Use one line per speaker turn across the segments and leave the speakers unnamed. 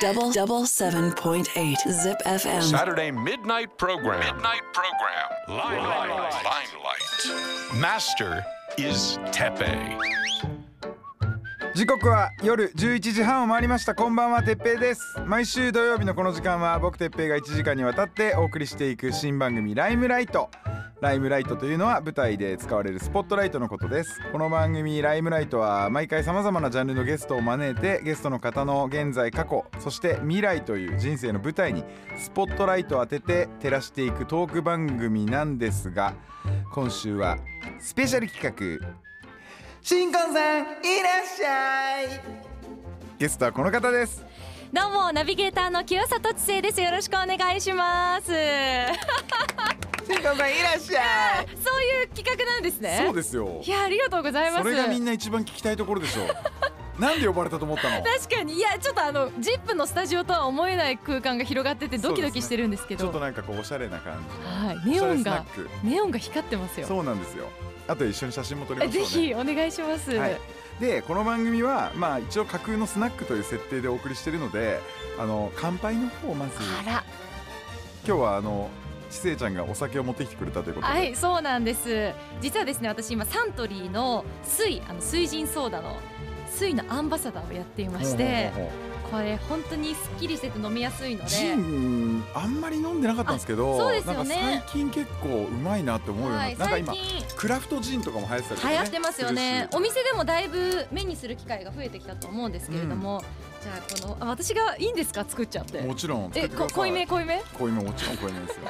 Double double seven point eight Zip FM.
Saturday midnight program. Midnight program. Limelight. Limelight. Master is Tepe.
時刻は夜11時半を回りましたこんばんはてっぺいです毎週土曜日のこの時間は僕てっぺいが1時間にわたってお送りしていく新番組ライムライトライムライトというのは舞台で使われるスポットライトのことですこの番組ライムライトは毎回様々なジャンルのゲストを招いてゲストの方の現在過去そして未来という人生の舞台にスポットライトを当てて照らしていくトーク番組なんですが今週はスペシャル企画新婚さんいらっしゃいゲストはこの方です
どうもナビゲーターの清里知世ですよろしくお願いします そう
新婚さんいらっしゃい
いう企画なんですね
そうですよ
いやありがとうございます
それがみんな一番聞きたいところでしょ うなんで呼ばれたと思ったの
確かにいやちょっとあのジップのスタジオとは思えない空間が広がっててドキドキしてるんですけ
ちょっと
ど
なんかこうおしゃれな感
はい
じ
ネオン
おしゃ
が
れスナック
ネオンが光ってますよ
そうなんですよあと一緒に写真も撮りましょう、
ぜ
ね、
ひお願いします、
はい、でこの番組はまあ一応架空のスナックという設定でお送りしているのであの乾杯の方をまず
あら
今日はあのちせいちゃんがお酒を持ってきてくれたということで、
はいそうなんです実はですね私今サントリーの水あの水人ソーダの水のアンバサダーをやっていまし
ほ
て
うほうほうほう
これ本当にすっきりしてて飲みやすいので
ジンあんまり飲んでなかったんですけど
あそうです
な
よね
んか最近結構うまいなって思うようになっ
は
て
い、
なんか
最
今
近
クラフトジンとかも流行ってたりとか
流
ね
行ってますよね
す
お
るし
店でもだいぶ目にする機会が増えてきたと思うんですけれども、じゃあこのあ私がいいんですか作っちゃって
もちろん作っ
え
てくだ
こ
さい
濃いめ濃いめ
濃いめもちろん濃いめですよ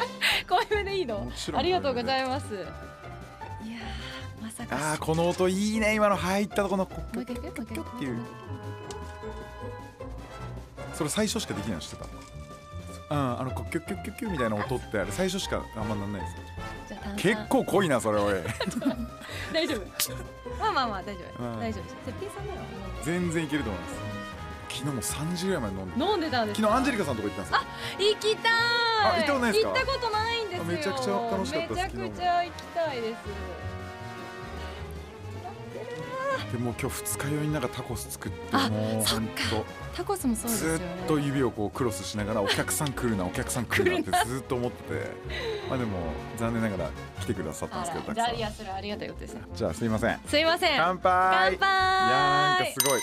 濃いめでいいの
もちろん
ありがとうござ
ま
いますいやーまさか
あーこの音いいね今の入ったとこのこ
もう一回いくもう一回いく
っていうそれ最初しかできないの知ってたうんあのこうキュッキュッキュッキュッみたいな音ってあれ最初しかあんまなんないですよ
じゃあ炭酸
結構濃いなそれおい
大丈夫まあまあまあ大丈夫、
うん
大丈夫ですてっぺいさんならも
全然いけると思います昨日も3時ぐらいまで飲んで
う飲んでたんです
昨日アンジェリカさんのとこ行ったんですよ
行きたい
あ行ったことないですか
行ったことないんですよ
めちゃくちゃ楽しかったです
めちゃくちゃ行きたいです
でもう今日二日酔いになんかタコス作って
あ
もう
そっ
本
かタコスも
当
そうです
ず
よ
っ
ね
と指をこうクロスしながらお客さん来るなお客さん来るなってずっと思っててまあでも残念ながら来てくださったん
あ
ですけどた
ら
く
じゃ
さ
あ
ん
いやそれはありがたいことですね
じゃあすいません
すいません
乾杯いやー
乾
なんか
杯
すごい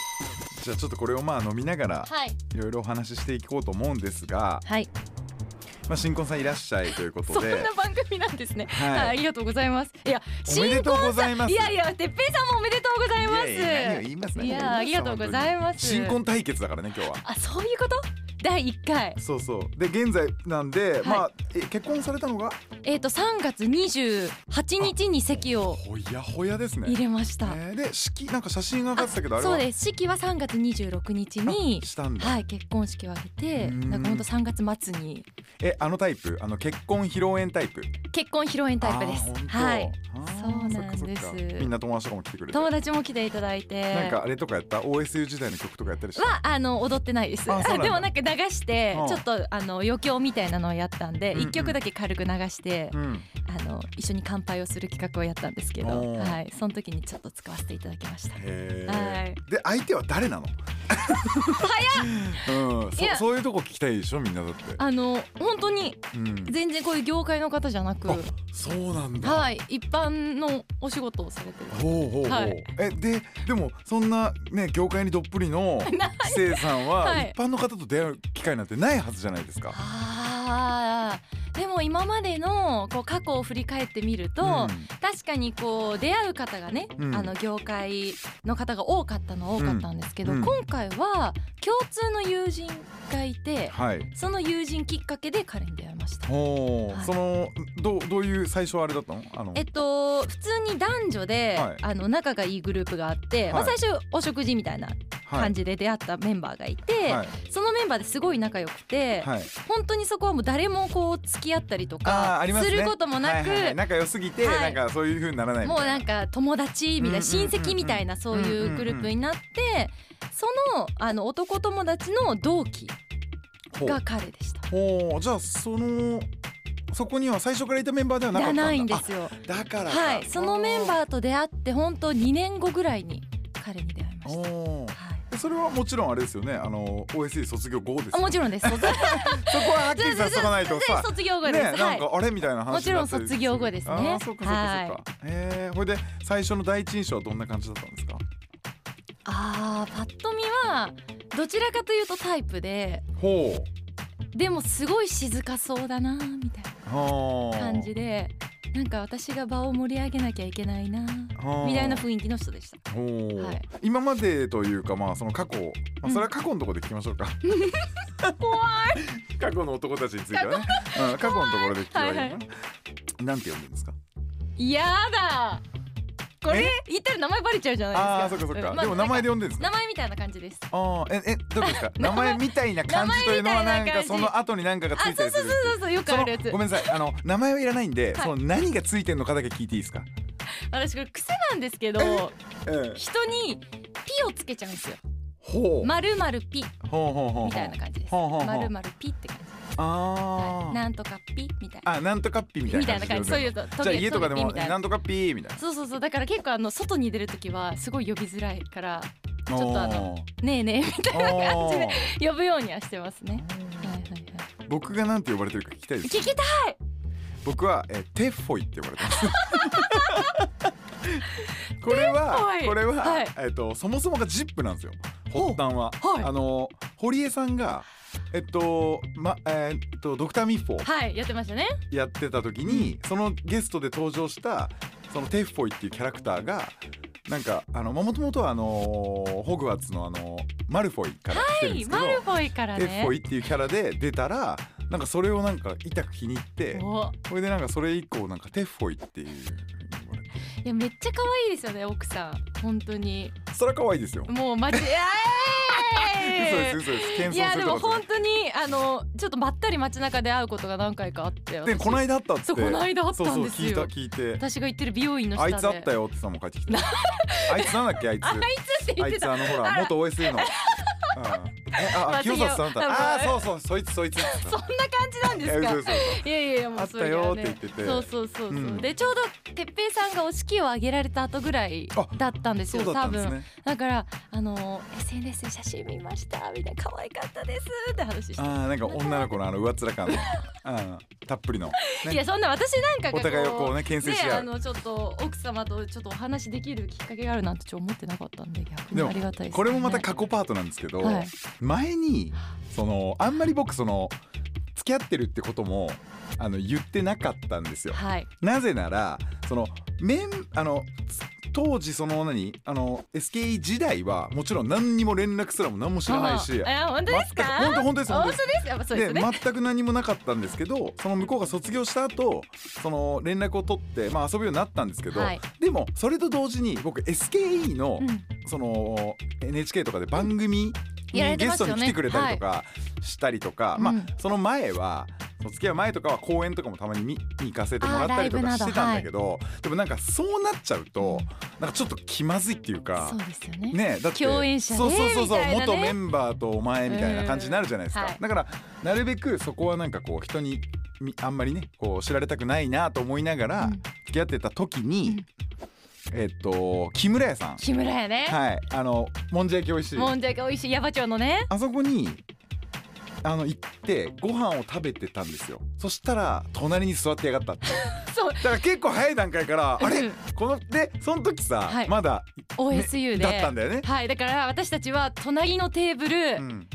じゃあちょっとこれをまあ飲みながら
はい
いろいろお話ししていこうと思うんですが、
はい
まあ、新婚さんいらっしゃいというこ
そ
と
んな
で
番組なんですね
はい
はいありがとうございますいや
おめでとうございます
いやいやてっぺいさんもおめでとうございます
いやいや何を言います
いやありがとうございます
新婚対決だからね今日は
あそういうこと第一回
そうそうで現在なんで、まあえ結婚されたのが
えっと3月28日に席を
ほやほやですね
入れました
えーで式なんか写真が上がってたけどあれは
そうです式は3月26日に
あしたんだ、
はい結婚式を挙げて
うん
なんかほんと3月末に
えあのタイプあの結婚披露宴タイプ
結婚披露宴タイプです
あーほんと
はい
あー
そうなんです
そっかそっかみんな友達とかも来てくれて
友達も来ていただいて
なんかあれとかやった OSU 時代の曲とかやったりした
はあの踊ってないです
あそうなんだ
でもなんか流して
うん
ちょっとあの余興みたいなのをやったんで
うんうん
一曲だけ軽く流して
うん
あの一緒に乾杯をする企画をやったんですけど
おー
はいその時にちょっと使わせていただきました
へ
は
え
い
で相手は誰なの早っ、うん、
い
そ
や
そういうとこ聞きたいでしょみんなだって
あの本当に
うん
全然こういう業界の方じゃなく
あそうなんだ
はい一般のお仕事をされてる
ほうほうほう、
はい
えででもそんなね業界にどっぷり の知性さんは、
はい
一般の方と出会う機会なんてないはずじゃないですか。
あーでも今までのこう過去を振り返ってみると、
うん
確かにこう出会う方がね、
うん
あの業界の方が多かったのは多かったんですけど、
うんうん
今回は共通の友人がいて
はい
その友人きっかけで彼に出会いました。
ほう、
はい
そのどうどういう最初はあれだったの？あの、
えっと、普通に男女で、
はい
あの仲がいいグループがあって、まあ、
はい
最初お食事みたいな
はい
感じで出会ったメンバーがいて、
はい
そのメンバーですごい仲良くて、
はい。
本当にそこはもう誰もこう付き合ったりと
あー
か
あります
す
ね
ることもなく、
はいはい仲良すぎて、
はい
なんかそういう風にならないみ
もう
た
ないん
な。
か友達みたいな
うんうんうんう
親
ん
戚みたいなそういうグループになってそのあの男友達の同期が彼でした。
ほうほうじゃあそのそこには最初からいたメンバーではなか
じ
ったんだ。
ゃないんですよ。
あ。だからか
はい、そのメン
ー。
バーと出会って本当2年後ぐらいに彼に出会いいました。はい
おーそれはもちろんあれですよねあの OSE 卒業後です
あ
よ
もちろ んです。卒業
そこははっきりさせとかないとさ
卒業後
ね
です。
なん
はい。
かあれみたいな話になったり
もちろん卒業後ですね
あーそうかそうかそうか、えー、ほいで最初の第一印象はどんな感じだったんですか
ああパッと見はどちらかというとタイプで、
ほう
でもすごい静かそうだなみたい
は
な
あ
感じで、なんか私が場を盛り上げなきゃいけないなみたいな雰囲気の人でした。
ほう、
はい
今までというかまあその過去、まあ、それは過去のところで聞きましょう か、怖い過去の男たちについてはね うん、過去のところで聞きはいいのかな、
はいは
なんて呼んでるんですか
やだ。これ言ったら名前バレちゃうじゃ
あ
ない
あーそ
で
っ
す
かそ
か。
っか、
うんまあ
でも名前で呼んでるんです
名
か
前みたいな感じです。
ああーええどうですか名
名前
前みたいな感じというのはなんか
名前みたいな感じ
その後に何かがつ
あ
いた
そう
りす
そう
るん
そ
です
うそうそうよく
そ
あ
の
るやつ
ご。めんなさいあの名前はいらないんで、
はい
その何がついてんのかだけ聞いていいですか、
私これ癖なんですけど
ええ
人にピをつけちゃうんですよ。
ほう、
まるまるピ
ほうほうほうほう
みたいな感じです。
ほうほうほう
まるまるピって感じ。
あ
はい
ー、
なんとかピみたいな。
あなんとかっぴみたい
み
な
た
感
い
じ
な
で呼
感
ん
じ。
でる
そういうとト
じゃあ
ゲ
家とかで
トゲ
も
ピみたい
な
なん
とかピーみたいな
そうそうそうだから結構あの外に出るときはすごい呼びづらいから
ち
ょっとあの ねえねえみたい
感
じでな呼ぶようにはしてますね。はいはいはい。
僕がなんて呼ばれてるか聞きたいで
聞
す
きたい。
僕は、えーテッフォイって呼ばれてますこれは
テッフォイ
これは、
はい
えっ、とそもそもがジップなんですよ
ほう
発端は、
はい
あの堀江さんがえっとまえっとドクターミッフォー
はいやってましたね。
やってた時に、そのゲストで登場したそのテッフォイっていうキャラクターがなんかあのもともとはあのーホグワーツのあのーマルフォイから来てるん
は
で
い
すけど、
マルフォイから
テッフォイ
ね。
っていうキャラで出たらなんかそれをなんか痛く気に入って
お
それでなんかそれ以降なんかテッフォイっていう
いやめっちゃ可愛いですよね奥さん本当に
それは可愛いですよ
もうマ ジ
嘘で
え
す
ーい
嘘です謙遜
いや
す
で
る
も
とか
本当にあのちょっとまったり街中で会うことが何回かあって
で
私
この間あったって
そうこの間あったんですよ
そうそう聞いた聞いて
私が行ってる美容院の下
あ
で
いつあったよってさんも帰ってきてあいつなんだっけあいつ
あいつ って言
あ
っ
い
て
つ
た
あのほら
あら
元 OSU のうんえあ
ま
あ
あ
清里さんだ
多分
ああーそうそうそいつそいつそ
そんな感じなんですかいやいやいやもうそれが
あった
ね
よって言ってて
そうそうそうそう、
うん
でちょうどてっぺいさんがお式を挙げられた後ぐらい
あ
だったんです
そう
よ
そうだった
多
んです
分
ね
だからあの SNS で写真見ましたみたいな可愛かったですって話して
あーなんか女の子のあの上っ面感のうんたっぷりのね
いやそんな私なんかが
お互いをこうね牽制
ね
し合
あ
う
のちょっと奥様とちょっとお話できるきっかけがあるなんてちょっと思ってなかったんで逆
で
に
も
ありがたいです、ね、
これもまた過去パートなんですけど、
はい
前にそのあんまり僕その付き合ってるってこともあの言ってなかったんですよ。
はい
なぜならそのメンあのつ当時その何あの SKE 時代はもちろん何にも連絡すらも何も知らないし。
ああ本当ですか
全く本当本当です本当で
本当ですすやっぱそうです
で
よね
全く何もなかったんですけどその向こうが卒業した後その連絡を取って、まあ、遊ぶようになったんですけど、
はい
でもそれと同時に僕 SKE の
うん
その NHK とかで番組
やら
に
れて
ゲ
ま
ス
す
ト
よね
に来てくれたりとかしたりとか、
うん
まあその前はその付き合う前とかは公演とかもたまに見に行かせてもらったりとか
あーライブなど
してたんだけど、でもなんかそうなっちゃうとなんかちょっと気まずいっていうか
そう。ですよね
ね、だって
共演者で
そうそうそうそう、
みたいなね
元メンバーとお前みたいな感じになるじゃないですか、
うんはい
だからなるべくそこはなんかこう人にみあんまりねこう知られたくないなと思いながら
うん
付き合ってた時に、えっと木村屋さん
木村やね、
はい、あのもんじゃ焼き美味しい。
もんじゃが美味しい矢場町のね
あそこにあの行ってご飯を食べてたんですよ。そしたら隣に座ってやがったって。
そう
だから結構早い段階からあ
う
れ
ん
このでその時さ、
はい
まだ
OSU で、
だったんだよね。
はいだから私たちは隣のテーブル、
うん、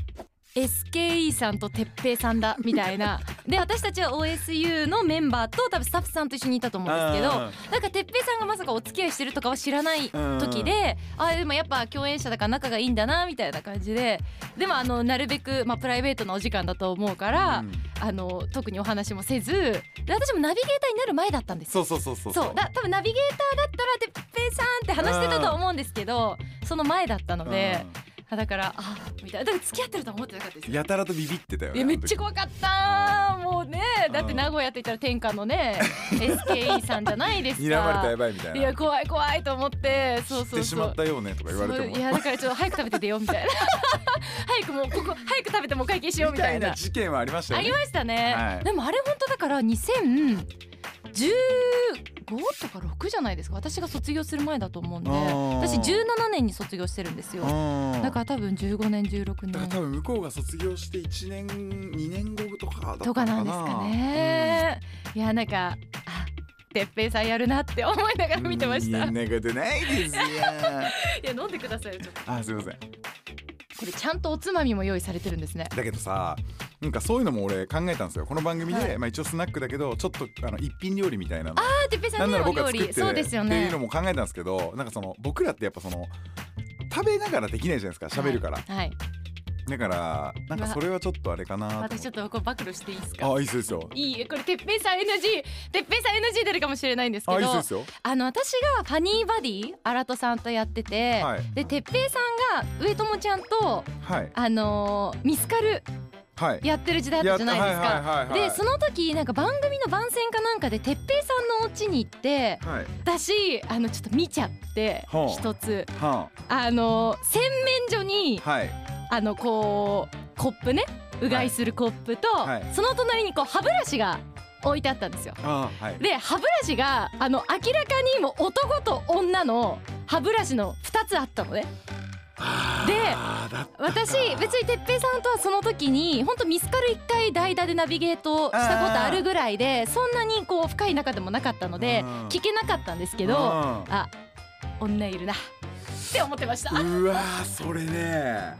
SKE さんと鉄平さんだみたいなで私たちは OSU のメンバーと多分スタッフさんと一緒にいたと思うんですけど
あ
なんか鉄平さんがまさかお付き合いしてるとかは知らない時であでもやっぱ共演者だから仲がいいんだなみたいな感じででもあのなるべく、まあ、プライベートなお時間だと思うから、
うん
あの特にお話もせずで私もナビゲーターになる前だったんですよ
そうそうそうそう
そうだ多分ナビゲーターだったらてっぺいさんって話してたと思うんですけどその前だったので、あだからあみたいなでも付き合ってるとは思ってなかったで
う
す
んやたらとビビってたよ
い
ね。
やめっちゃ
あの時
怖かったもうねだって名古屋って言ったら天下のね SKE さんじゃない ですか
睨まれたらやばいみたいな。
いや怖い怖いと思ってそう
知っ
そう
てし
そ
ま
う
ったよねとか言われても
そうい。やだからちょっと早く食べて出ようみたいな 早くもうここ早く食べてもう会計しよう
み
みた
た
い
い
な
な事件はありましたよ
あ
ね
り。ましたね、
はい
でもあれ本当だから2015 5とか6じゃないですか私が卒業する前だと思うんで
あー
私17年に卒業してるんですよ
うん
だから多分15年16
だから多
年
分向こうが卒業して1年2年後とかだった
とかなんですかね、いやなんかあてっぺいさんやるなって思いながら
うん
見てました、
そん
い
なことないです よ
や飲んでくださいよちょっと
あすいません
これちゃんとおつまみも用意されてるんですね
だけどさなんかそういうのも俺考えたんですよこの番組で、
はい
まあ、一応スナックだけどちょっとあの一品料理みたいなの
あてっぺいさ
なん
ん
な
ね
ら
お
僕は
料
作っ
理
て
そうですよ
っていうの
ね
も考えたんですけどなんかその僕らってやっぱその食べながらできないじゃないですか喋るから、
はい、
だからなんかそれはちょっとあれかなと思って
私ちょっとこれ暴露していいですか
あいいっすよいいっすよ
いいえこれてっぺいさん NG てっぺいさん NG 出るかもしれないんですけ
あいいっす
ど
よいいっすよ
あの私がファニーバディ新戸さんとやってて、
はい
でてっぺいさんが上友ちゃんと
はい
あのーミスカル
はい
やってる時代あったじゃないです
やったはいはいはい
か。
はい
でその時なんか番組の番宣かなんかでてっぺいさんのお家に行って
はい
私あのちょっと見ちゃって
ほう
一つ
は
あのー洗面所に
あはい
あのこうコップねうがいするコップと、
はいはい
その隣にこう歯ブラシが置いてあったんですよ。
あはい
で歯ブラシがあの明らかにもう男と女の歯ブラシの2つあったのねで
あだったか
私別に哲平さんとはその時に本当ミスカル1回代打でナビゲートしたことあるぐらいでそんなにこう深い仲でもなかったので
うん
聞けなかったんですけ
う
ど
ん
あ女いるなって思ってました
うわーそれね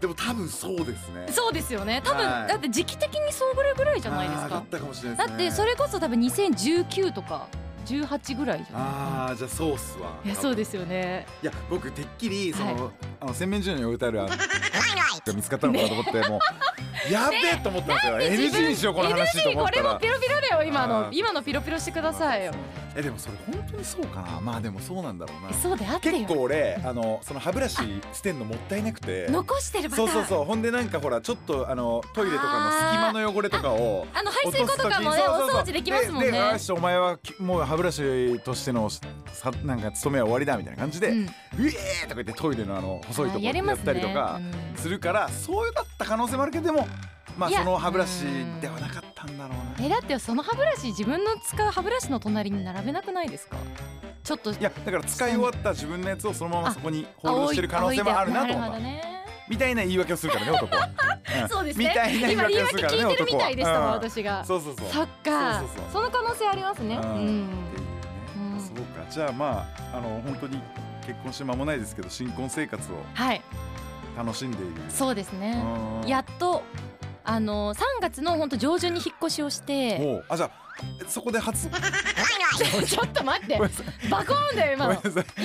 でも多分そうですね
そうですよね多分
はい
だって時期的にそうぐらいぐらいじゃないです
あーだ
か
ったかもしれない
だ
です
っ
ね
てそれこそ多分2019とか18ぐらいじゃな
ああじゃあそうっすわ
いいやそうですすよね
いや僕てっきりその,、
は
あの洗面所に置いてあるあのが 見つかったのかなと思って、もうやべえと思ったんですよ、
自
NG
分
にしようこの話と
NG
思った
これ
ら
もピロピロだよ今
あ
の
ー
今のピロピロしてくださいよ
えでもそれ本当にそうかなまあでもそうなんだろうな
そうであって
結
よ
構俺あのその歯ブラシ捨てんのもったいなくて
残してるパター
そ
ン
うそうそうほんでなんかほらちょっとあのトイレとかの隙間の汚れとかを
あの排
落
水
とす
口と
時
かもね
そうそうそう
お掃除できますもん
で
ね
でよしお前はきもう歯ブラシとしてのさなんか勤めは終わりだみたいな感じで、
う
うんえーとか言ってトイレのあの細いとこ
あーやり
や
ま
っ
す
たりとか
ねうん
するからそうだった可能性もあるけどでもまあ
いや
その歯ブラシではなかったんだろうな。
えだってその歯ブラシ自分の使う歯ブラシの隣に並べなくないですかちょっと
いやだから使い終わった自分のやつをそのままそこにホールドしてる可能
青い
性もあるなと思っ
青い
た
でなるほどね
みたいな言い訳をするからね男は、ん
そうです ね
みたいな言い
今言い
訳をす
訳
るからね
聞いてるみ
男は
たいでしたも
う
ん
ん
私が
そうそうそう
そっか
そうそうそう
その可能性ありますねう
うん
んうん
そうかじゃあまああの本当に結婚して間もないですけど新婚生活を
はい
楽しんでいる
そうですね
うん
やっとあの3月の本当上旬に引っ越しをして
おうあじゃあえそこで初ご
ちょっと待って
めんなさい
バコーンだよ
ご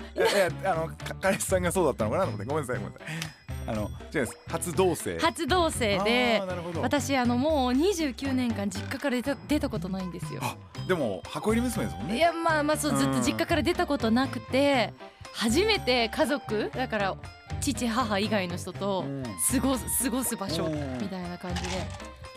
めんなさい
の今の
いやいやあのか彼氏さんがそうだったのかなと思ってごめんなさいごめんなさいあの違います初同棲
初同棲で
あーなるほど
私あのもう29年間実家から出た出たことないんですよ
あでも箱入り娘ですもん
い
ね
やまあまあそうずっ
うん
と実家から出たことなくて初めて家族だから父母以外の人と
うん
過ごす過ごす場所
うん
みたいな感じで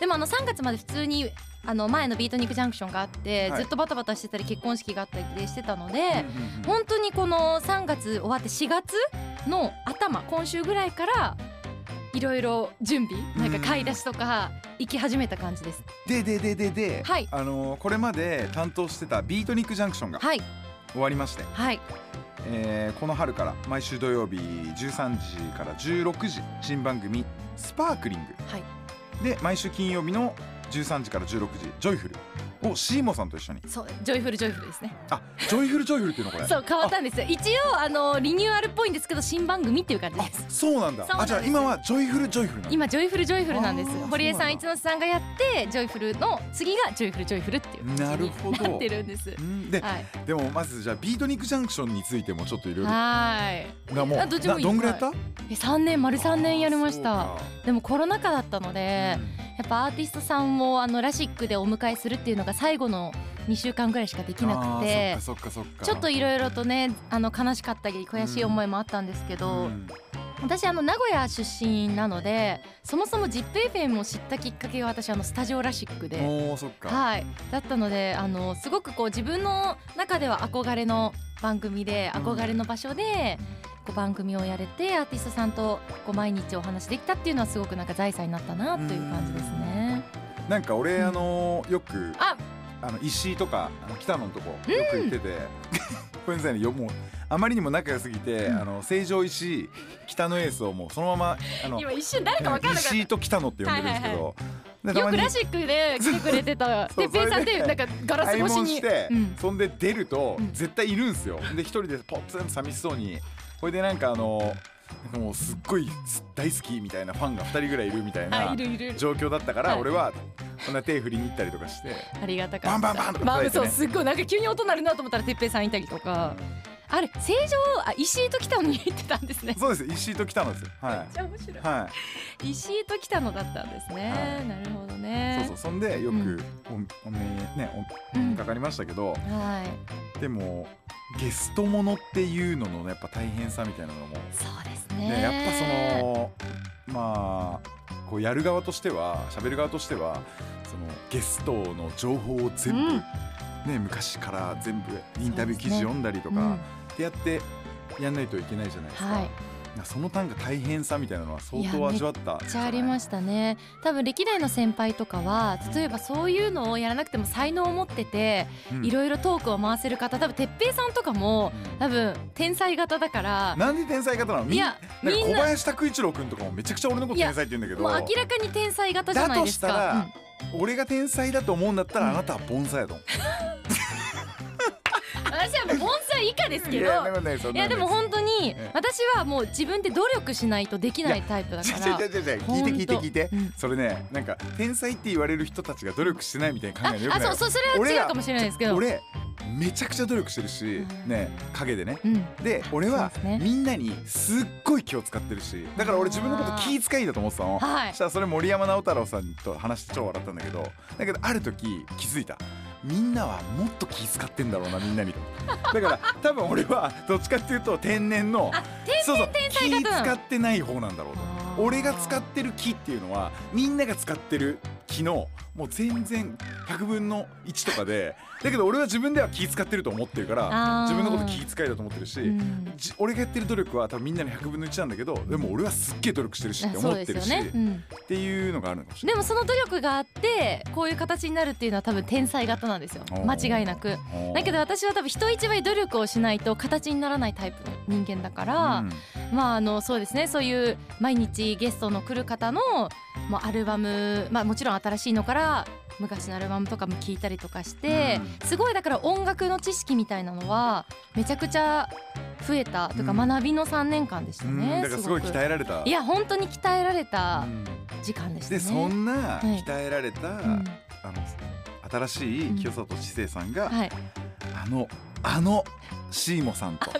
でもあの3月まで普通にあの前のビートニックジャンクションがあって、
はい
ずっとバタバタしてたり結婚式があったりでしてたので、
うんうんうん
本当にこの3月終わって4月の頭今週ぐらいからいろいろ準備なんか買い出しとか行き始めた感じです。
ででででで、
はい
あのこれまで担当してたビートニックジャンクションが
はい
終わりまして、
はい
えーこの春から毎週土曜日13時から16時新番組「スパークリング
はい」
で毎週金曜日の13時から16時「ジョイフル」をシーモさんと一緒に
そうジョイフルジョイフルですね。
あジョイフルジョイフルっていうのこれ
そう変わったんですよ一応あのリニューアルっぽいんですけど新番組っていう感じ
あ
です
そうなんだ
そうな
あ
ん
じ
です
ゃあ今はジョイフルジョイフルなんだ
今ジョイフルジョイフルなんで
あ
す
ーそうなんだ
堀江さん一ノ瀬さんがやってジョイフルの次がジョイフルジョイフルってい
な
う感じ
る
に
ほど
なってるんです
うんで、
はい
でもまずじゃあビートニックジャンクションについてもちょっといろいろ
は
なもう
あどっちもいい
などんぐらいやった
ーいえ3年丸3年やりまし
あ
た
ーそうか
でもコロナ禍だったのでやっぱアーティストさんをあのラシックでお迎えするっていうのが最後の2週間ぐらいしかできなくて
あーそっかそっかそっか
ちょっといろいろとねあの悲しかったり悔しい思いもあったんですけど、
うん
私あの名古屋出身なのでそもそも ZIPFM を知ったきっかけが私あのスタジオラシックで。
おーそっか
はい、だったのであのすごくこう自分の中では憧れの番組で
うん
憧れの場所でこう番組をやれてアーティストさんとこう毎日お話できたっていうのはすごくなんか財産になったなという感じですね。
なんか俺、
うん
あのーよく
あ
あの石井とかあの北野のとこよく行ってて、 ごめんなさいねよもうあまりにも仲良すぎて、あの成城石井北野エースをもうそのままあの
今一瞬誰か分からなかっ
石井と北野って呼んでるんですけど、で
たよく
に
ラシックで来てくれてた
そう
てっぺいさんって
それ
な
で
んかガラス
買い
越し
物
に
して、
うん
そんで出ると
うん
絶対いるんすよで一人でポツンと寂しそうにほいでなんかあのなんかもうすっごい大好きみたいなファンが2人ぐらいいるみたい
あ
ない
るいる
状況だったから
はい
俺はこんな手振りに行ったりとかして
ありがた
バン
かった
バンバンとか
ま
叩
あ
いて
そう
ね
すっごいなんか急に音鳴るなと思ったらてっぺいさんいたりとかあれ正常あ石井と北野に行ってたんです ね
そうです石井と北野ですよは
めっちゃ面白
いはい
石井と北野だったんですね、
は
なるほど
い
ね
そうそうそんでよくおお目にねお
うん
かかりましたけど
はい
でもゲストものっていうののやっぱ大変さみたいなのも
そうです
ね、
ね
やっぱそのまあこうやる側としては喋る側としてはそのゲストの情報を全部、
うん
ね、昔から全部インタビュー記事
そうですね
読んだりと
う
か
ん
ってやってやんないといけないじゃないですか、
はい
なんかその単価大変さみたいなのは相
い
当
や
味わった
めっちゃありましたね多分歴代の先輩とかは例えばそういうのをやらなくても才能を持ってて
た、うん
いろいろトークを回せる方多分哲平さんとかも
うん
多分天才型だから
なんで天才方なのみ
い
ん
や
なんか
みん
小
な
林拓一郎君とかもめちゃくちゃ俺のこと天才って言うんだけど
もう明らかに天才型じゃないですか
だと俺が天才だと思うんだったらあなたは凡才だと思
うん私はもう盆栽以下です
う
け
い
ど
やでもねそんな
い
の
やでも本当に
ええ
私はもう自分で努力しないとできないタイプだ
違
か
う
ら
違う違う違う聞いて聞いて聞いて、
ほんとうん
それねなんか天才って言われる人たちが努力してないみたいな考えのよく
あ
ない
そうそうそれ
俺
は違
ら
うかもしれないですけど
俺めちゃくちゃ努力してるし
うん
ね陰でね
うん
で俺は
そうですね
みんなにすっごい気を使ってるしだから俺自分のこと気遣いだと思ってたの
はい
そしたらそれ森山直太朗さんと話して超笑ったんだけどだけどある時気づいたみんなはもっと気遣ってんだろうなみんなにだから多分俺はどっちかっていうと天然のそうそう
才型な
気
の
遣ってない方なんだろうと
あー
俺が使ってる木っていうのはみんなが使ってる木のもう全然100分の1とかでだけど俺は自分では気使ってると思ってるから
あー
自分のこと気遣いだと思ってるし、
うん
じ俺がやってる努力は多分みんなの100分の1なんだけどでも俺はすっげえ努力してるしって
そ
思
う
っ
で
て
す
る
よ
し、
ね、うん
っていうのがあるのかもしれ
でもその努力があってこういう形になるっていうのは多分天才型なんですよ
おー
間違いなく
ない。
だけど私は多分人一倍努力をしないと形にならないタイプの人間だから、まああのそうですねそういう毎日ゲストの来る方のもうアルバム、まあ、もちろん新しいのから昔のアルバムとかも聞いたりとかして、すごいだから音楽の知識みたいなのはめちゃくちゃ増えたというか
うん
学びの3年間でした
うんうん
ね、
だからすごい
く
鍛えられた。
いや本当に鍛えられた
うん
時間でしたね。
でそんな
はい
鍛えられた、
うん
あの新しい清里知世さんが、
はい、
あのあのシーモさんと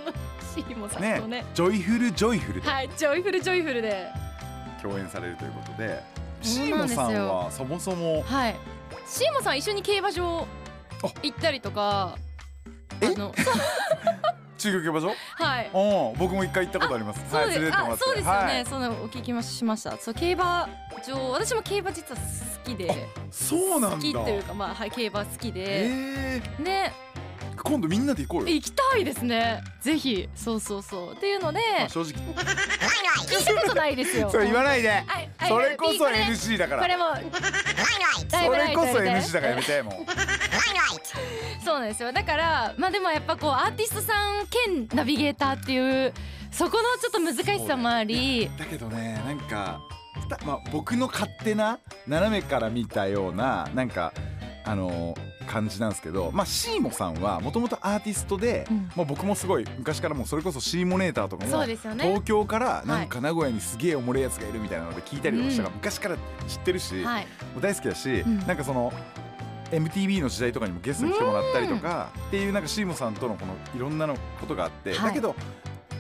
シーモさんとね
ねジョイフルジョイフルで
はいジョイフルジョイフルで
共演されるということで、シ
そう
ー
なん
モ
です
さ
よ
んはそもそも
はいシーモさん一緒に競馬場行ったりとか
え
あのそう
中京競馬場
はい
うん僕も一回行ったことあります
そう
はい、
で
連れてっ
す
てもら
あ
って
そうですよね、
はい
そのお聞きしましたそう競馬場私も競馬実は好きで
そうなんだ
好きっていうかまあはい競馬好きで、
え
ね
ー今度みんなで行こうよ、
行きたいですねぜひそうそうそうっていうので
まあ、正直
聞いたことないですよ
それ言わないで
はいはい
それこそ
いい
NC だか
こ
ら
れも
それこそ
ライブライトみたいな
NC だからやめたいもん
そうなんですよだからまあでもやっぱこうアーティストさん兼ナビゲーターっていうそこのちょっと難しさもあり
だけどねなんか、たまあ、僕の勝手な斜めから見たようななんかあのー感じなんですけど、まあ、シーモさんはもともとアーティストで、
うん
もう僕もすごい昔からもうそれこそシーモネーターとか
そう
も、
ですよね
東京からなんか名古屋にすげえおもれえやつがいるみたいなので聞いたりとかしたから、
う
昔から知ってるし、
はい
もう大好きだし、
ん
なんかその MTV の時代とかにもゲストに来てもらったりとかっていうなんかシーモさんとのこのいろんなのことがあって、
はい
だけど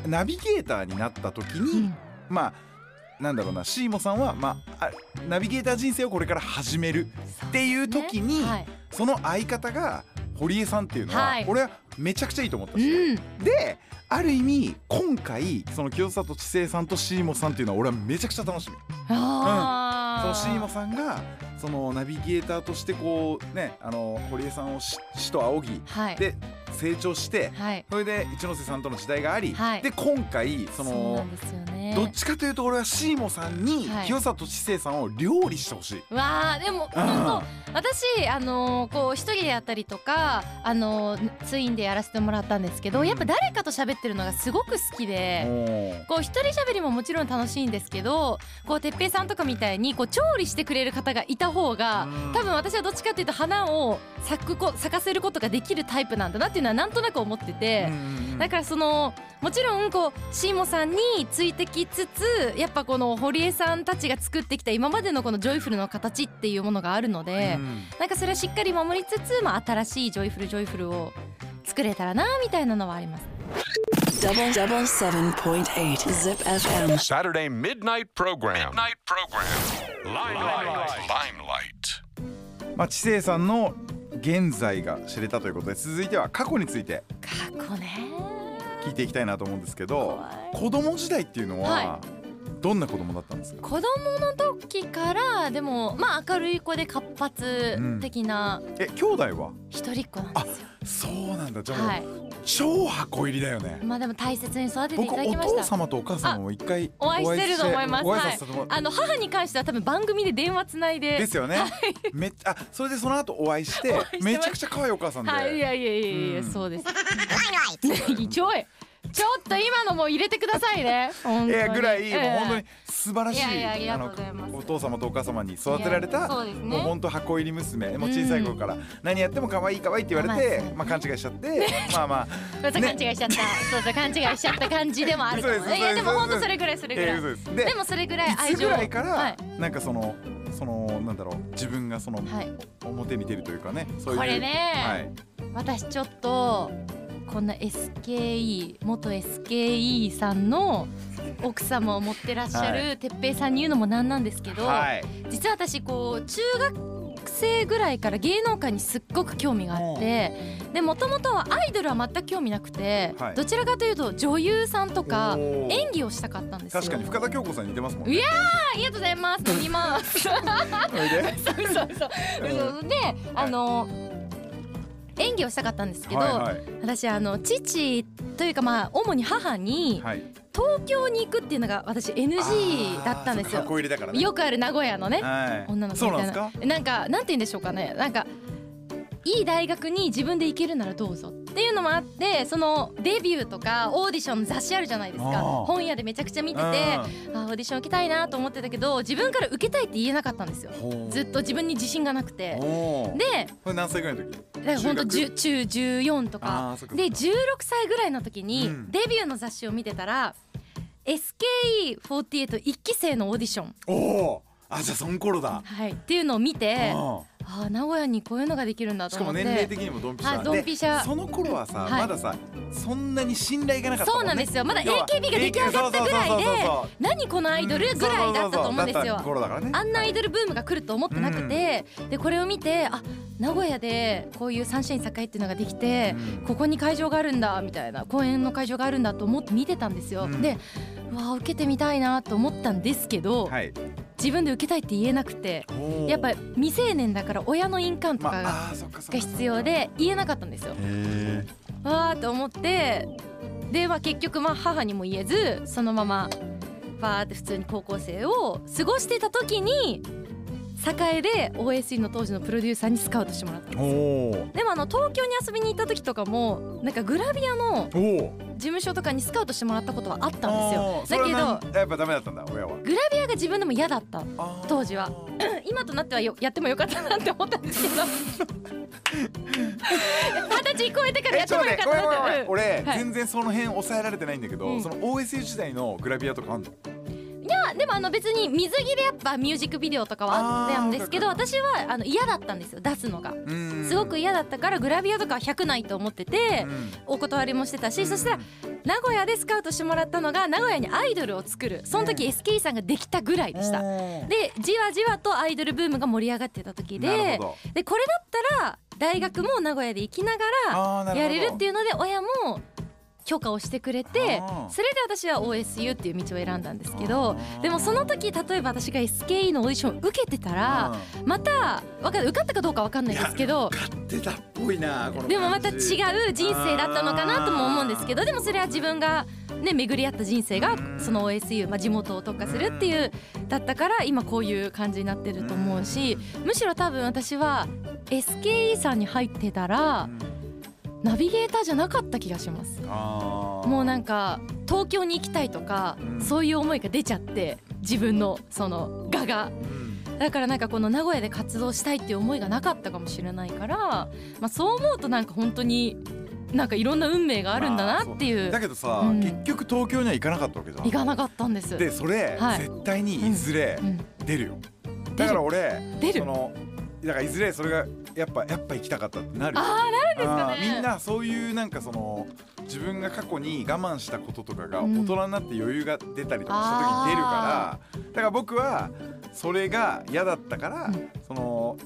ナビゲーターになった時
う
に、
ん
まあなんだろうなシーモさんは、まあ、あナビゲーター人生をこれから始めるっていう時にそ,、
はい
の相方が堀江さんっていうのは、
はい
俺はめちゃくちゃいいと思った
う
し、
ん
である意味今回その清里知世さんとシーモさんっていうのは俺はめちゃくちゃ楽しみ。そ
あ
の
ー
シーモさんがそのナビゲーターとしてこうねあの堀江さんをし師と仰ぎ
はい
で成長して、
はい
それで一ノ瀬さんとの時代があり、
はい
で今回そ
そうな
の
んですよね
どっちかというと俺はシーモさんに
はい
清里知世さんを料理してほしい。
わあでも
うん
本当私あのーこう一人でやったりとかあのーツインでやらせてもらったんですけど、
うん
やっぱ誰かと喋ってるのがすごく好きで。
お
こう一人喋りももちろん楽しいんですけどこう哲平さんとかみたいにこう調理してくれる方がいた方が
うん
多分私はどっちかっていうと花を咲くこ咲かせることができるタイプなんだなっていうのはなんとなく思ってて、
ー
だからそのもちろんこうシーモさんについてきつつやっぱこの堀江さんたちが作ってきた今までのこのジョイフルの形っていうものがあるので、
うん
なんかそれをしっかり守りつつ、まあ、新しいジョイフルジョイフルを作れたらなみたいなのはあります。
Double double seven point eight zip FM.
Saturday midnight program. Midnight program. Limelight. Limelight.
まあ知世さんの現在が知れたということで続いては過去について
過去ね
聞いていきたいなと思うんですけど子供時代っていうのは、
は
どんな子供だったんですか
子供の時からでもまあ明るい子で活発的な
え兄弟は
一人っ子なんですよ、
そうなんだじゃあもう、
はい
超箱入りだよね
まあでも大切に育ててい
僕
ただ
お
きまし
父
た
様とお母様も一回
お会いしてると思います
お挨拶させてもらって
あの母に関しては多分番組で電話つないで
ですよね、めっちゃあそれでその後お会いして
お会いしてます
めちゃくちゃ可愛いお母さんで、
はいいやいやいやいや、
うん
そうです ちょいちょっと今のもう入れてくださいね本当
い
に
やぐらい、
ええ
もう本当に素晴らしい
いやいやあり
あ
がとう
の
ございます
お父様とお母様に育てられ
いや
た
そうですね
もう本当箱入り娘もう小さい頃から、何やっても可愛い可愛いって言われて、
まあそう
まあ、勘違いしちゃって、まあまあ
そうそう勘違いしちゃった、そうそう勘違いしちゃった感じでもあるかも
そうです
ねいやで
そ
も
うです
本当それぐらいそれぐらい、
えー嘘ですで
でもそ れぐらい
い
愛
つぐ
情
らいから、
はい
なんかそのそのなんだろう自分がその、
はい
表に出るというかねそういう
これね
はい、
私ちょっとこんな SKE 元 SKE さんの奥様を持ってらっしゃ
は
る哲平さんに言うのもなんなんですけど、
はい
実は私こう中学生ぐらいから芸能界にすっごく興味があってでもともとはアイドルは全く興味なくて、
はい
どちらかというと女優さんとか
おー
演技をしたかったんですよ
確かに深田恭子さんに似てますもんね
いやありがとうございます似ますそう
それで
そうそう
う
であの演技をしたかったんですけど、
は
私あの父というかまあ主に母
い
に
はい、はい、
東京に行くっていうのが私 NG だったんです
あーそうか
よ
箱入りだからね
よくある名古屋のね
はい、
女の子
そう
み
なん
たい
ですか
ななんかなんて言うんでしょうかねなんかいい大学に自分で行けるならどうぞっていうのもあってそのデビューとかオーディションの雑誌あるじゃないですか
あー
本屋でめちゃくちゃ見ててあーオーディション受けたいなと思ってたけど自分から受けたいって言えなかったんですよ
うん
ずっと自分に自信がなくて
おー
で
これ何歳ぐらいの時
だから本当
中
中14とか
あーそっか
で16歳ぐらいの時に
うん
デビューの雑誌を見てたら、SKE48 一期生のオーディション、
おおーあじゃあその頃だ、
はい、っていうのを見てあ
うん
あー名古屋にこういうのができるんだ
し
と
か
思
も
って
年齢的にもドンピシャ
はいドンピシャ
でその頃はさ、
はい
まださそんなに信頼がなかったも
そ
ん、ね、
うなんですよまだ
要は
AKB が出来上がった
そうそ
ぐらいで
うそうそうそう
何このアイドルぐらいだったと思うん
そうそうそ
です
うそうだった
よ。
頃だからね
あんなアイドルブームが来ると思ってなくて、でこれを見てあ名古屋でこういうサンシャイン栄っていうのができて、
うん
ここに会場があるんだみたいな公演の会場があるんだと思って見てたんですよ、
うん
でうわ受けてみたいなと思ったんですけど、
はい
自分で受けたいって言えなくて
おー
やっぱ未成年だから親の印鑑と
ま
かが,、
ああーそっかそっか
必要で言えなかったんですよ
へー
わーと思ってで、まあ、結局まあ母にも言えずそのままバーって普通に高校生を過ごしてた時に栄で OSE の当時のプロデューサーにスカウトしてもらった
おお
でもあの東京に遊びに行った時とかもなんかグラビアの
おお
事務所とかにスカウトしてもらったことはあったん
あー
です
そ
よだ
れ
け
は
ど
なんやっぱダメだったんだ親は
グラビアが自分でも嫌だった
あー
当時は 今となってはよやってもよかったなって思ったんです けど 二十歳超えてからや
え
っ
ち
て
ょっ
も
と
よ
ね
かっ
ごめんごめん
た
ごめ
なっ
ん
て、
俺
はい
全然その辺抑えられてないんだけ
う
ど
ん
その OSU 時代のグラビアとかあんの
うんいやでもあの別に水着でやっぱミュージックビデオとかはあったんですけど
あー
私はあの嫌だったんですよ出すのが。すごく
い
嫌だったからグラビアとかは100ないと思っててお断りもしてたしそしたら名古屋でスカウトしてもらったのが名古屋にアイドルを作るその時 SKE さんができたぐらいでした。でじわじわとアイドルブームが盛り上がってた時
なる
で
ほ
でこれだったら大学も名古屋で行きながら
ど
やれるって
い
いうので親も許可をしてくれて
あー
それで私は OSU っていう道を選んだんですけどでもその時例えば私が SKE のオーディション受けてたらまたわかる受かったかどうかわかんないですけど
勝ってたっぽいなこの
でもまた違う人生だったのかなとも思うんですけどでもそれは自分が、ね、巡り合った人生がその OSU、まあ、地元を特化するっていうだったから今こういう感じになってると思うしむしろ多分私は SKE さんに入ってたらナビゲーターじゃなかった気がします。もうなん
か
か東京に行きたいとか
うん
そういう思いが出ちゃって自分のその我がだからなんかこの名古屋で活動したいっていう思いがなかったかもしれないから、まあ、そう思うとなんか本当になんかいろんな運命があるんだなっていう,、
だけどさ、
うん
結局東京には行かなかったわけじゃん
行かなかったんです。
でそれ、
はい
絶対にいずれ
うん、
出るよ、だから俺
出る
そのだからいずれそれがやっぱやっぱ行きたかったってなるよ
あーなるん
あ
ですかね
ーみんなそういうなんかその自分が過去に我慢したこととかが
う
大
ん
人になって余裕が出たりとかした時に出るから、だから僕はそれが嫌だったから、
うん
その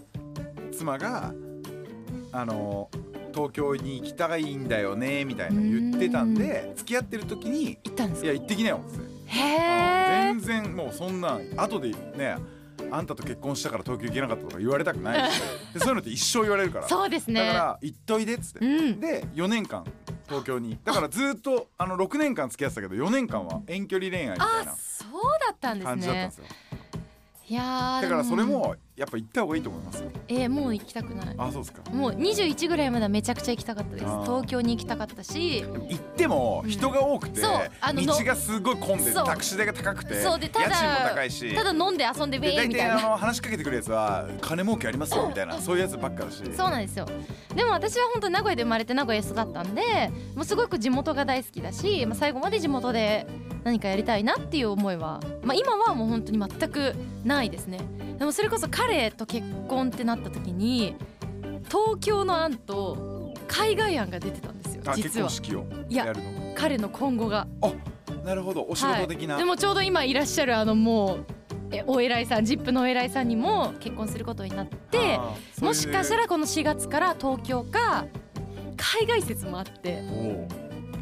妻があの東京に行きたいんだよねみたいな言ってたんで付き合ってる時に
行ったん
「
です
い
か
や行ってきなよ」っつって。
へ
全然もうそんなん後でねあんたと結婚したから東京行けなかったとか言われたくない しでそういうのって一生言われるか
え
ら
そうです
だか
ね
ら行っといでっつって、
うん
で4年間東京にだからずっとあの6年間付き合ってたけど4年間は遠距離恋愛みたい
あ
な
そうだったんです
感じだったん
ね
ですよ
いやー
だからそれ
で
もやっぱ行った方がいいと思いますよ
えーもう行きたくない
あそうですか
もう21ぐらいまではめちゃくちゃ行きたかったです
あー
東京に行きたかったし
でも行っても人が多くて、
うんそうあの
道がすごい混んで
そう
タクシー代が高くて家
そう
賃
で
も
ただ
高いした
だ飲んで遊んでウ
で
ェー
大
みたい
体
な
あの話しかけてくるやつは金儲けありますよみたいなそういうやつばっかだし
そうなんですよでも私は本当名古屋で生まれて名古屋で育ったんでもうすごく地元が大好きだし、まあ、最後まで地元で何かやりたいなっていう思いは、まあ、今はもう本当に全くないですねでもそれこそ彼と結婚ってなった時に東京の案と海外案が出てたんですよ
あ結
実は
婚式を
いや
やるの
彼の今後が
なるほどお仕事的な、
はい、でもちょうど今いらっしゃるあのもうえお偉いさん ZIP のお偉いさんにも結婚することになって
あー
もしかした
ら
らこの4月から東京か海外説もあって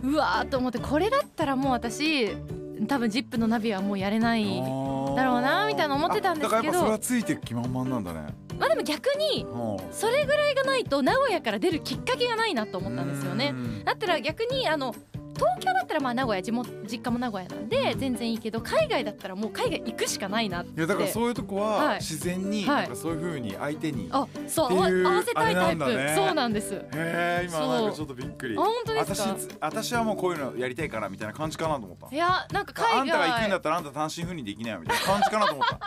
うわーと思ってこれだったらもう私多分 ZIP のナビはもうやれないだろうなみたいな思ってたんですけ
だ
ど
からやっぱそれはついて気満々なんだね
まあでも逆にそれぐらいがないと名古屋から出るきっかけがないなと思ったんですよね。だったら逆にあの東京だったらまあ名古屋地元実家も名古屋なんで全然いいけど海外だったらもう海外行くしかないなって
いやだからそういうとこは
はい
自然に
はい
なんかそういう風に相手に、
あそう
っていう
合わせたいタイプ、
あれなんだね
そうなんですあ
へえ今
そう
なんかちょっとびっくり
本当です
私
か
私はもうこういうのやりたいからみたいな感じかなと思った
いやなんか
あ
海
んたが行くん
外
だったらあんた単身赴任できないよみたいな感じかなと思っ た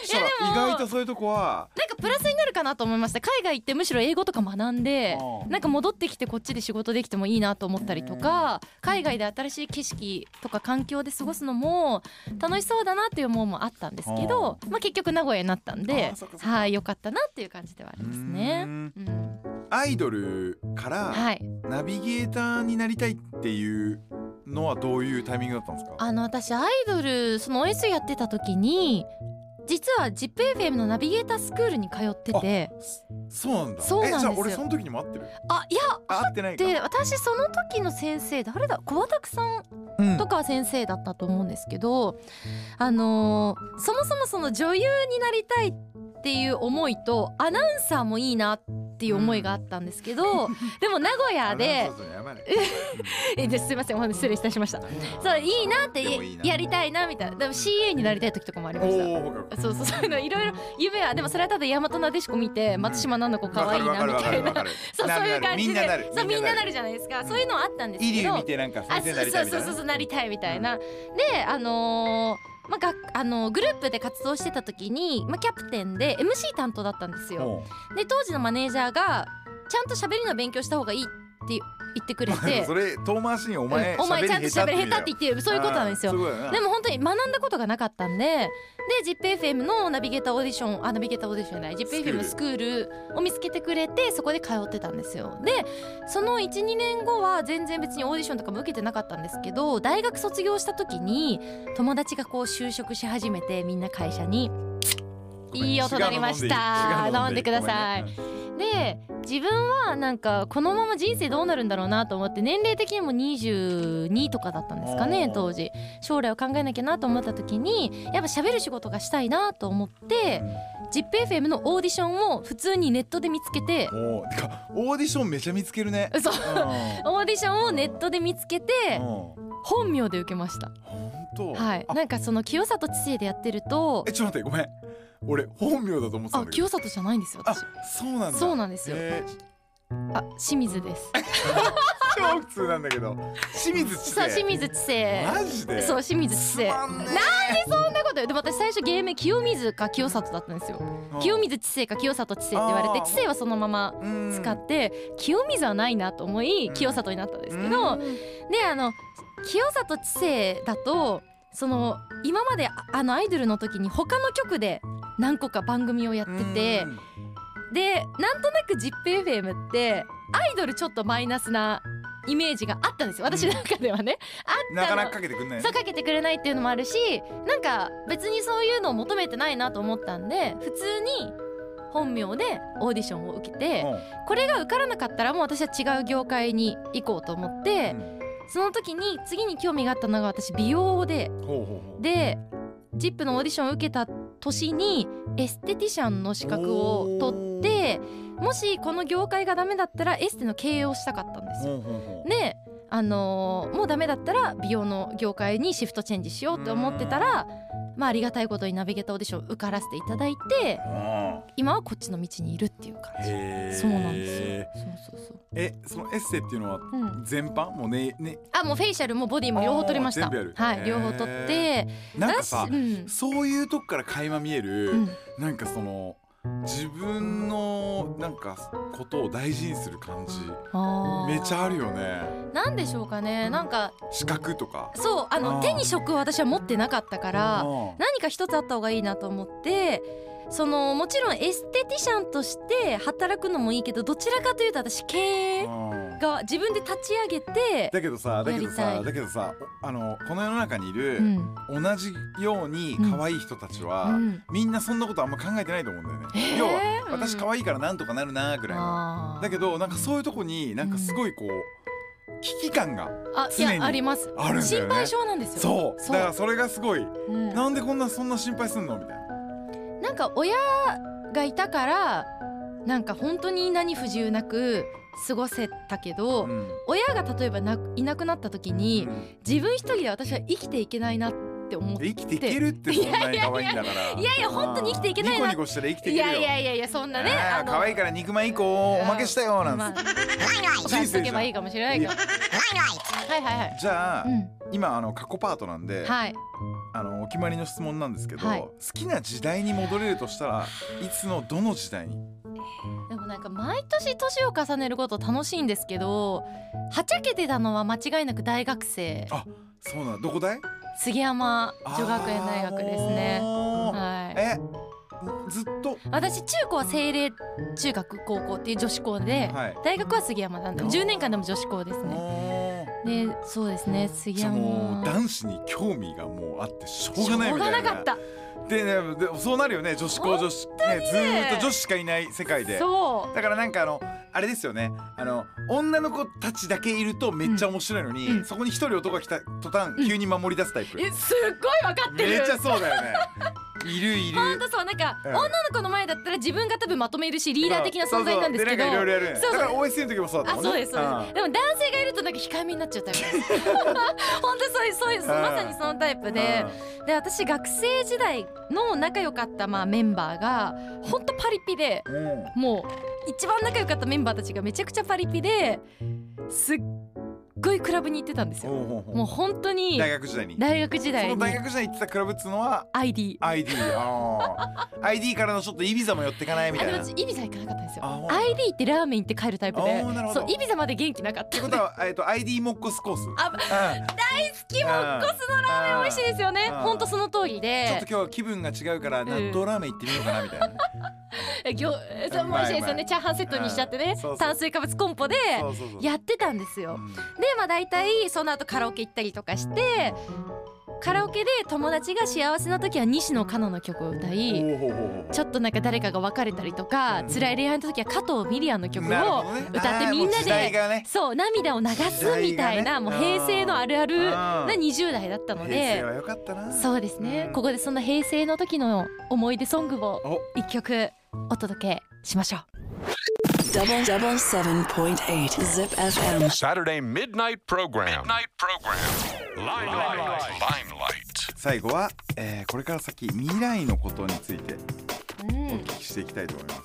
そしたら意外とそういうとこは
なんかプラスになるかなと思いました海外行ってむしろ英語とか学んで
あー
なんか戻ってきてこっちで仕事できてもいいなと思ったりとか海外で新しい景色とか環境で過ごすのも楽しそうだなっていう思いもあったんですけどまあ結局名古屋になったんで
あーそっかそっか
はい良かったなっていう感じではあります
うー
ね。
ん
うん、
アイドルから
はい
ナビゲーターになりたいっていうのはどういうタイミングだったんですか。
あの私アイドルその OS やってた時に実は ZIPFM のナビゲータースクールに通ってて
そうなんだ。
そうなんですよ
えじゃあ俺その時にも会ってる。
あいや
あ会ってないか。
で私その時の先生誰だ小畑さん
うん
とかは先生だったと思うんですけど、あのーそもそもその女優になりたいっていう思いとアナウンサーもいいなっていう思いがあったんですけど、でも名古屋
あ
で
そうそうやばいね
えですいませんお話失礼いたしましたそういいなって
でもいいな
やりたいなみたいなでも CA になりたい時とかもあり
お
ました
おー。わかる
そうそうそういうのいろいろ夢はでもそれはただ大和なでしこ見て松島菜々子可愛い
わかる
なみ
わか
たい
るわ
な
かる。
そうそういう感じ
みんななる
でそうみんななる
じ
じゃないですかそういうのはあったんです
イ
け
リュ
ど
ー見てなんか
あ
先
そ
生
う
になりたいみた
そ
いうな。
そうそうなりたいみたいな。であのーまあ、があのグループで活動してた時に、まあ、キャプテンで MC 担当だったんですよ。
おう
で当時のマネージャーがちゃんと喋りの勉強した方がいいって言ってくれ て
それ遠回しにお前
うんお前ちゃんと喋り下手
言
って言ってるそういうことなんですよ。で
も
も本当に学んだことがなかったんでで ZIPFM のナビゲーターオーディションあナビゲーターオーディションじゃない
クール
ZIPFM スクールを見つけてくれてそこで通ってたんですよでその12年後は全然別にオーディションとかも受けてなかったんですけど大学卒業した時に友達がこう就職し始めてみんな会社に。いい音鳴りました飲んでください。で自分はなんかこのまま人生どうなるんだろうなと思って年齢的にも22とかだったんですか
あ
ね
ー
当時将来を考えなきゃなと思った時にやっぱ喋る仕事がしたいなと思って
うん
ZIPFM のオーディションを普通にネットで見つけて
おーてかオーディションめちゃ見つけるね
嘘
うん
オーディションをネットで見つけて
うん
本名で受けました
本当
はい
あ
なんかその清里知性でやってると
えちょっと待ってごめん俺本名だと思ってたん
あ
だけど
清里じゃないんですよ
あ
私
そうなんだ
そうなんですよ
へー
あ清水です
超普通なんだけど清水知世
そう清水知性
マジで
そう清水知
つ
性
まんね
そんなことよでも私最初芸名清水か清里だったんですよ
え
清水知世か清里知世って言われ
あー
て知世はそのまま
うん
使って清水はないなと思い
うん
清里になったんですけどであの清里知世だとその今までああのアイドルの時に他の局で何個か番組をやってて
うん
でなんとなく ZIPFM ってアイドルちょっとマイナスなイメージがあったんですよ私の中ではねあ
な
った
かな
の
かかけてくんない
そう
ね
かけてくれないっていうのもあるしなんか別にそういうのを求めてないなと思ったんで普通に本名でオーディションを受けてこれが受からなかったらもう私は違う業界に行こうと思っ
う
て
ん
その時に次に興味があったのが私美容で
うんほうほうほう
で ZIP のオーディションを受けた年にエステティシャンの資格を取ってもしこの業界がダメだったらエステの経営をしたかったんです
ほ
よ
うほうほう
で、あのーもうダメだったら美容の業界にシフトチェンジしようって思ってたら、まあ、ありがたいことにナビゲーターオーディション受からせていただいて
あ
今はこっちの道にいるっていう感
ー
じ
へー
そうなんですよそうそう
えそのエッセイっていうのは
そう、うん、
全般もうねね
あもうフェイシャルもボディも両方取りました
あー全部やる
は
へー
い両方取って
なんか
だし
さ
うん
そういうとこから垣間見える、
うん、
なんかその自分のなんかことを大事にする感じ
あ
め
ー
ちゃあるよね
なんでしょうかねなんか
資格とか
そうあ
あ
の
ー
手に職を私は持ってなかったから
うん
何か一つあった方がいいなと思ってそのもちろんエステティシャンとして働くのもいいけどどちらかというと私経営
うん
が自分で立ち上げて、
だけどさだけど
やりた
さ
い
だけどさおあのこの世の中にいる、
うん
同じように可愛い人たちは、
うん、
みんなそんなことあんま考えてないと思うんだよね、
えー
要
う
は
ん
私可愛いからなんとかなるなーぐらいの
あー
だけどなんかそういうとこになんかすごいこう、危機感が
あい
常に
やあります
あるんだよね
心配性なんですよ
そう
そう
だからそれがすごい
うん
なんでこんなそんな心配すんのみたいな
なんか親がいたからなんか本当に何不自由なく過ごせたけど、
うん
親が例えばないなくなった時に
うん
自分一人で私は生きていけないなって思っ
生きていけるってそんなに可愛いんだから
いやいや本当に生きていけないな
ニコニコしたら生きてい
い
けるよ
やいやいやいやそんなね
あー
の
可愛いから肉まん以降おまけしたよなんつ
まあ、
人
や
生
っ
じ
とけ
ゃ
ば
ん
いいかもしれないけどはいはいはい
じゃあ、
うん
今あの過去パートなんで、
はい
あのお決まりの質問なんですけど、
はい
好きな時代に戻れるとしたらいつのどの時代に
でもなんか毎年年を重ねること楽しいんですけどはちゃけてたのは間違いなく大学生
あそうなんどこだい
杉山女学園大学ですね
ね
はい
えずっと
私中高は清麗中学高校っていう女子校で、
はい
大学は杉山なんで10年間でも女子校ですね
おー
でそうですね杉
じゃあ
山
もう男子に興味がもうあってしょうがない
しょ
み
う
た
が
いな
なかった
でねでそうなるよね女子校女子ねずーっと女子しかいない世界で
そう
だからなんかあのあれですよねあの女の子たちだけいるとめっちゃ面白いのに、
うんうん
そこに一人男が来た途端急に守り出すタイプ、
えすっごい分かってる
めっちゃそうだよねいるいる
ほんとそうなんか、
うん
女の子の前だったら自分が多分まとめるしリーダー的な存在なんですけど
そうそうでなんかいろいろやるね
そうそう
だから OS の時もそうだ
あ
ったもんね
そうですそうですでも男性がいるとなんか控えめになっちゃうタイプです ほんとそういうそういう
うん
まさにそのタイプ
ん
でで私学生時代の仲良かったまあメンバーがほんとパリピで
うんうん
もう一番仲良かったメンバーたちがめちゃくちゃパリピですっごいクラブに行ってたんですよ
ほうほうほう
もう本当に
大学時代に
大学時代
その
に
大学時代行ってたクラブっつうのは
ID
ID あー ID からのちょっとイビザも寄ってかないみ
あ
たい
で
な
も
っ
私イビザ行かなかったんです
あそうな
よ
んだ
ID ってラーメン行って帰るタイプ
あ
で
ーなるほ
そ
ど
うイビザまで元気なかってた
ことは、えっと、ID モッコスコース
あ
大好きモッコスのラーメン
美味しいですよね
あー
ほんとその通り
ちょっ
で
と今日は気分が違うから
ん
納豆ラーメン行ってみようかなみたいな ね、
えぎょえそう
う
美
まい
味しいですよ
うま
ね
い
チャーハンセットにしちゃって
うん
ね
そうそう
炭水化物コンポで
そうそうそう
やってたんですよ
うん
でまあ大体その後カラオケ行ったりとかしてカラオケで友達が幸せな時は西野カナの曲を歌い
ほうほうほうほう
ちょっとなんか誰かが別れたりとか辛い恋愛の時は加藤ミリアの曲
なるほ
を
どね
歌って
あー
みん
もう
な
時代
で
がね
そう涙を流すみた
時代
いな、
がね
もう平成のあるある
うん
な20代だったの
平成
で
は良かったな
そうですね、
うん
ここでそんな平成の時の思い出ソングを
お
一曲お届けしましょう
Double double seven point eight zip FM.
Saturday midnight program. Midnight program. Limelight. Limelight.
最後は、えーこれから先未来のことについて
うん
お聞きしていきたいと思います、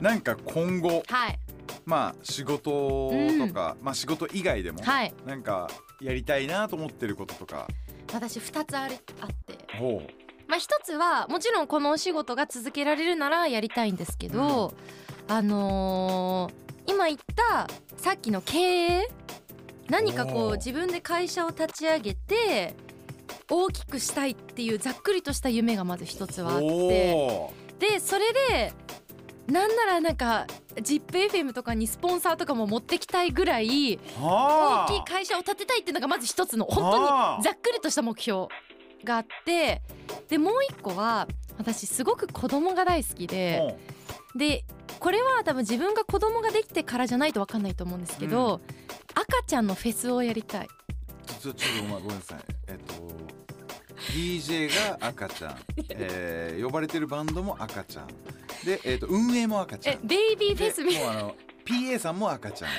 なんか今後
はい
まあ仕事とか、まあ仕事以外でも、
はい
なんかやりたいなと思ってることとか
私2つあるあって
ほう
まあ、一つはもちろんこのお仕事が続けられるならやりたいんですけど、あのー今言ったさっきの経営何かこ
お
う
ー
自分で会社を立ち上げて大きくしたいっていうざっくりとした夢がまず一つはあって
おー
でそれでなんならなんか ZIPFM とかにスポンサーとかも持ってきたいぐらい
は
大
あ
きい会社を建てたいっていうのがまず一つの本当にざっくりとした目標があってでもう一個は私すごく子供が大好きで
うん
でこれは多分自分が子供ができてからじゃないと分かんないと思うんですけど、赤ちゃんのフェスをやりたい
ちょちょっとごめんごめんなさい。えっと DJ が赤ちゃ ん、えー呼ばれてるバンドも赤ちゃん、でえっと運営も赤ちゃん
え。ベイビーフェスみ
で
たい
もう
な
あの PA さんも赤 ちゃん。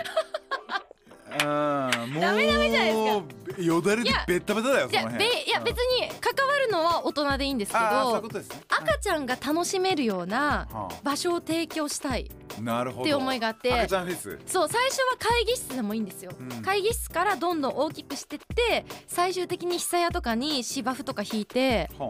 あーもう
ダメダメじゃない
ですか。よだれでベッタベタだよ
じ
そ
ゃ
の
あ
辺。
べいや
うん
別に関わるのは大人でいいんですけ
あーそういうこ
ど
とですね。
赤ちゃんが楽しめるような
は
場所を提供したい
あなるほど。
って思いがあって
赤ちゃんフェス。
そう最初は会議室でもいいんですよ、
うん
会議室からどんどん大きくしてって最終的に久屋とかに芝生とか引いて
は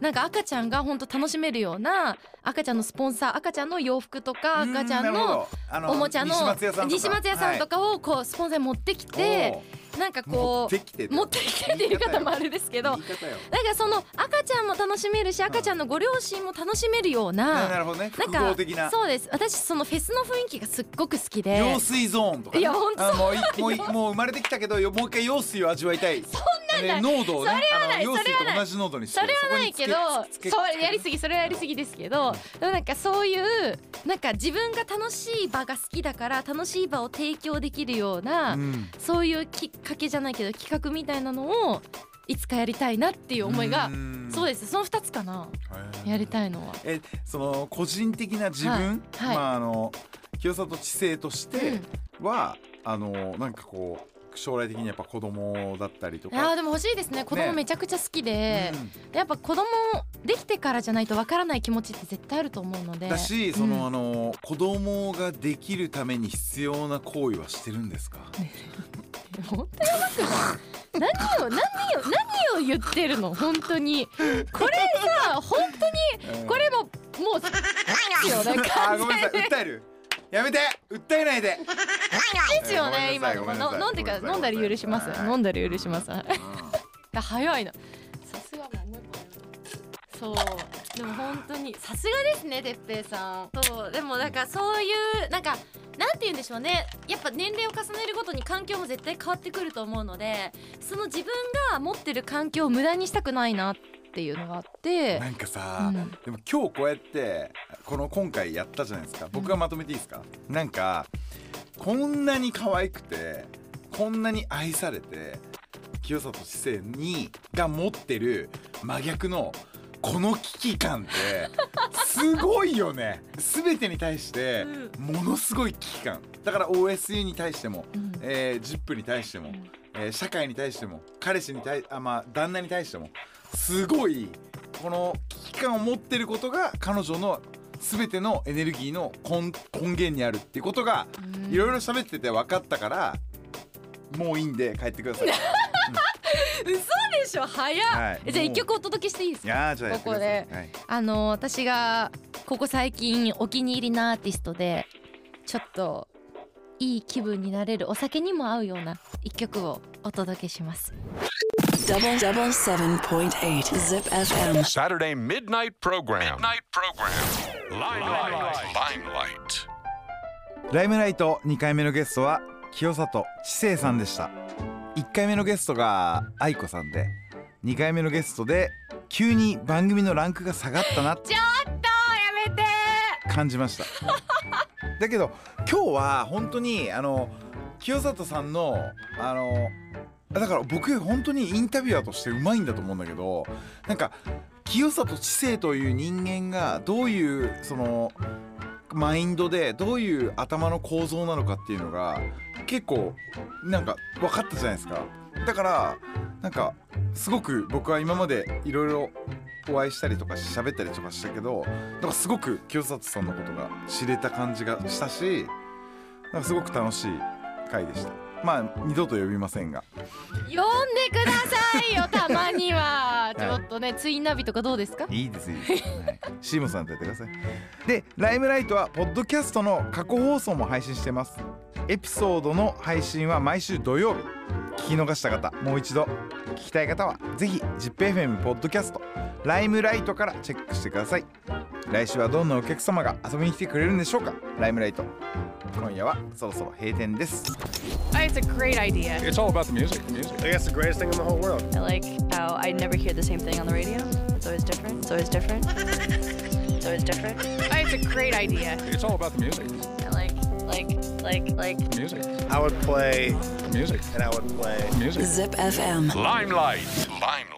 なんか赤ちゃんが本当楽しめるような赤ちゃんのスポンサー赤ちゃんの洋服と
あ
か赤ちゃ
うんなるほ
の
どあ
おもちゃの
西松屋さんとか
西松屋さんとかをこうスポンサーに持ってきて、なんか
はい持っ
こ
てきて
う持ってきてっていう言い方もあれですけど
言い方よ。
なんかその赤ちゃんも楽しめるし赤ちゃんのご両親も楽しめるよう
な
な
るほどね。
な
複
ん
合
か
的な。
そうです私そのフェスの雰囲気がすっごく好きで
用水ゾーンとかね、
いやほんと
あもういもういもう生まれてきたけどよもう一回用水を味わいたいそんなん濃度をね
それはない
あの用水
それはな
と
い
同じ濃度にして
それはないけど
そこにつけつけつけ
そうやりすぎそれはやりすぎですけどでもなんかそういうなんか自分が楽しい場が好きだから楽しい場を提供できるような、
うん
そういうきっかけじゃないけど企画みたいなのをいつかやりたいなっていう思いが
ん
そうですその2つかな
へー
やりたいのは。
えその個人的な自分、
はいはい
まああの清里知性としては、あのなんかこう将来的にやっぱ子供だったりと
いやー
か、
でも欲しいですね子供めちゃくちゃ好きで、
う
やっぱ子供できてからじゃないとわからない気持ちって絶対あると思うので
ん、だしその、
うん
あの子供ができるために必要な行為はしてるんです か
本当やばくない何を何を何を言ってるの本当にこれさ本当にこれももうですよね
あー
完
ごめんなさい
全に
訴えるやめて訴えないで
ですよ
ごめ
ね
んなさ
今
い
の
ごめんなさい
の飲んでから
ごめんなさい
飲んだり許します
はい
飲んだり許しますはい早いなさすがもうもう一個やるそうでも本当にさすがですねてっぺいさんそうでもなんかそういうなんかなんて言うんでしょうねやっぱ年齢を重ねるごとに環境も絶対変わってくると思うのでその自分が持ってる環境を無駄にしたくないなっていうのがあって
なんかさ、
うん
でも今日こうやってこの今回やったじゃないですか僕がまとめていいですか、なんかこんなに可愛くてこんなに愛されて清里知世にが持ってる真逆のこの危機感ってすごいよ ね全てに対してものすごい危機感だから OSU に対しても、
うん
えー、ZIP に対しても、えー社会に対しても彼氏に対あまあ旦那に対してもすごいこの危機感を持ってることが彼女の全てのエネルギーの根根源にあるっていうことがいろいろ喋ってて分かったからもういいんで帰ってください。
嘘でしょ早っ、
はい
えじゃあ一曲お届けしていいです
い
か
やーじゃあやってください
ここ
はい
あの私がここ最近お気に入りなアーティストでちょっといい気分になれるお酒にも合うような一曲をお届けします
Double double seven point eight zip FM.
Saturday midnight program. Midnight program. Limelight. Limelight.
ライムライト2回目のゲストは清里知世さんでした1回目のゲストが愛子さんで2回目のゲストで急に番組のランクが下がったなって
ちょっとやめて
感じました だけど今日は本当にあの清里さんのあのだから僕本当にインタビュアーとしてうまいんだと思うんだけどなんか清里知性という人間がどういうそのマインドでどういう頭の構造なのかっていうのが結構なんか分かったじゃないですかだからなんかすごく僕は今までいろいろお会いしたりとか喋ったりとかしたけどなんかすごく清里さんのことが知れた感じがしたしなんかすごく楽しい回でしたまあ二度と呼びませんが
呼んでくださいよたまにはちょっとねツインナビとかどうですか
いいですいいです、はい、シーモさんとやってくださいで「ライムライト」はポッドキャストの過去放送も配信してますエピソードの配信は毎週土曜日聞き逃した方もう一度聞きたい方はぜひ ZIPFM ポッドキャストライムライトからチェックしてください来週はどんなお客様が遊びに来てくれるんでしょうかライムライト今夜はそろそろ閉店です
Oh, It's a great idea.
It's all about the music. music.
I guess the greatest thing in the whole world.
I like how I never hear the same thing on the radio. It's always different. It's always different. It's always different.
Oh, It's a great idea.
It's all about the music.
I like, like, like, like.
Music.
I would play,
Music.
and I would play.
Music.
Zip FM.
Limelight. Limelight.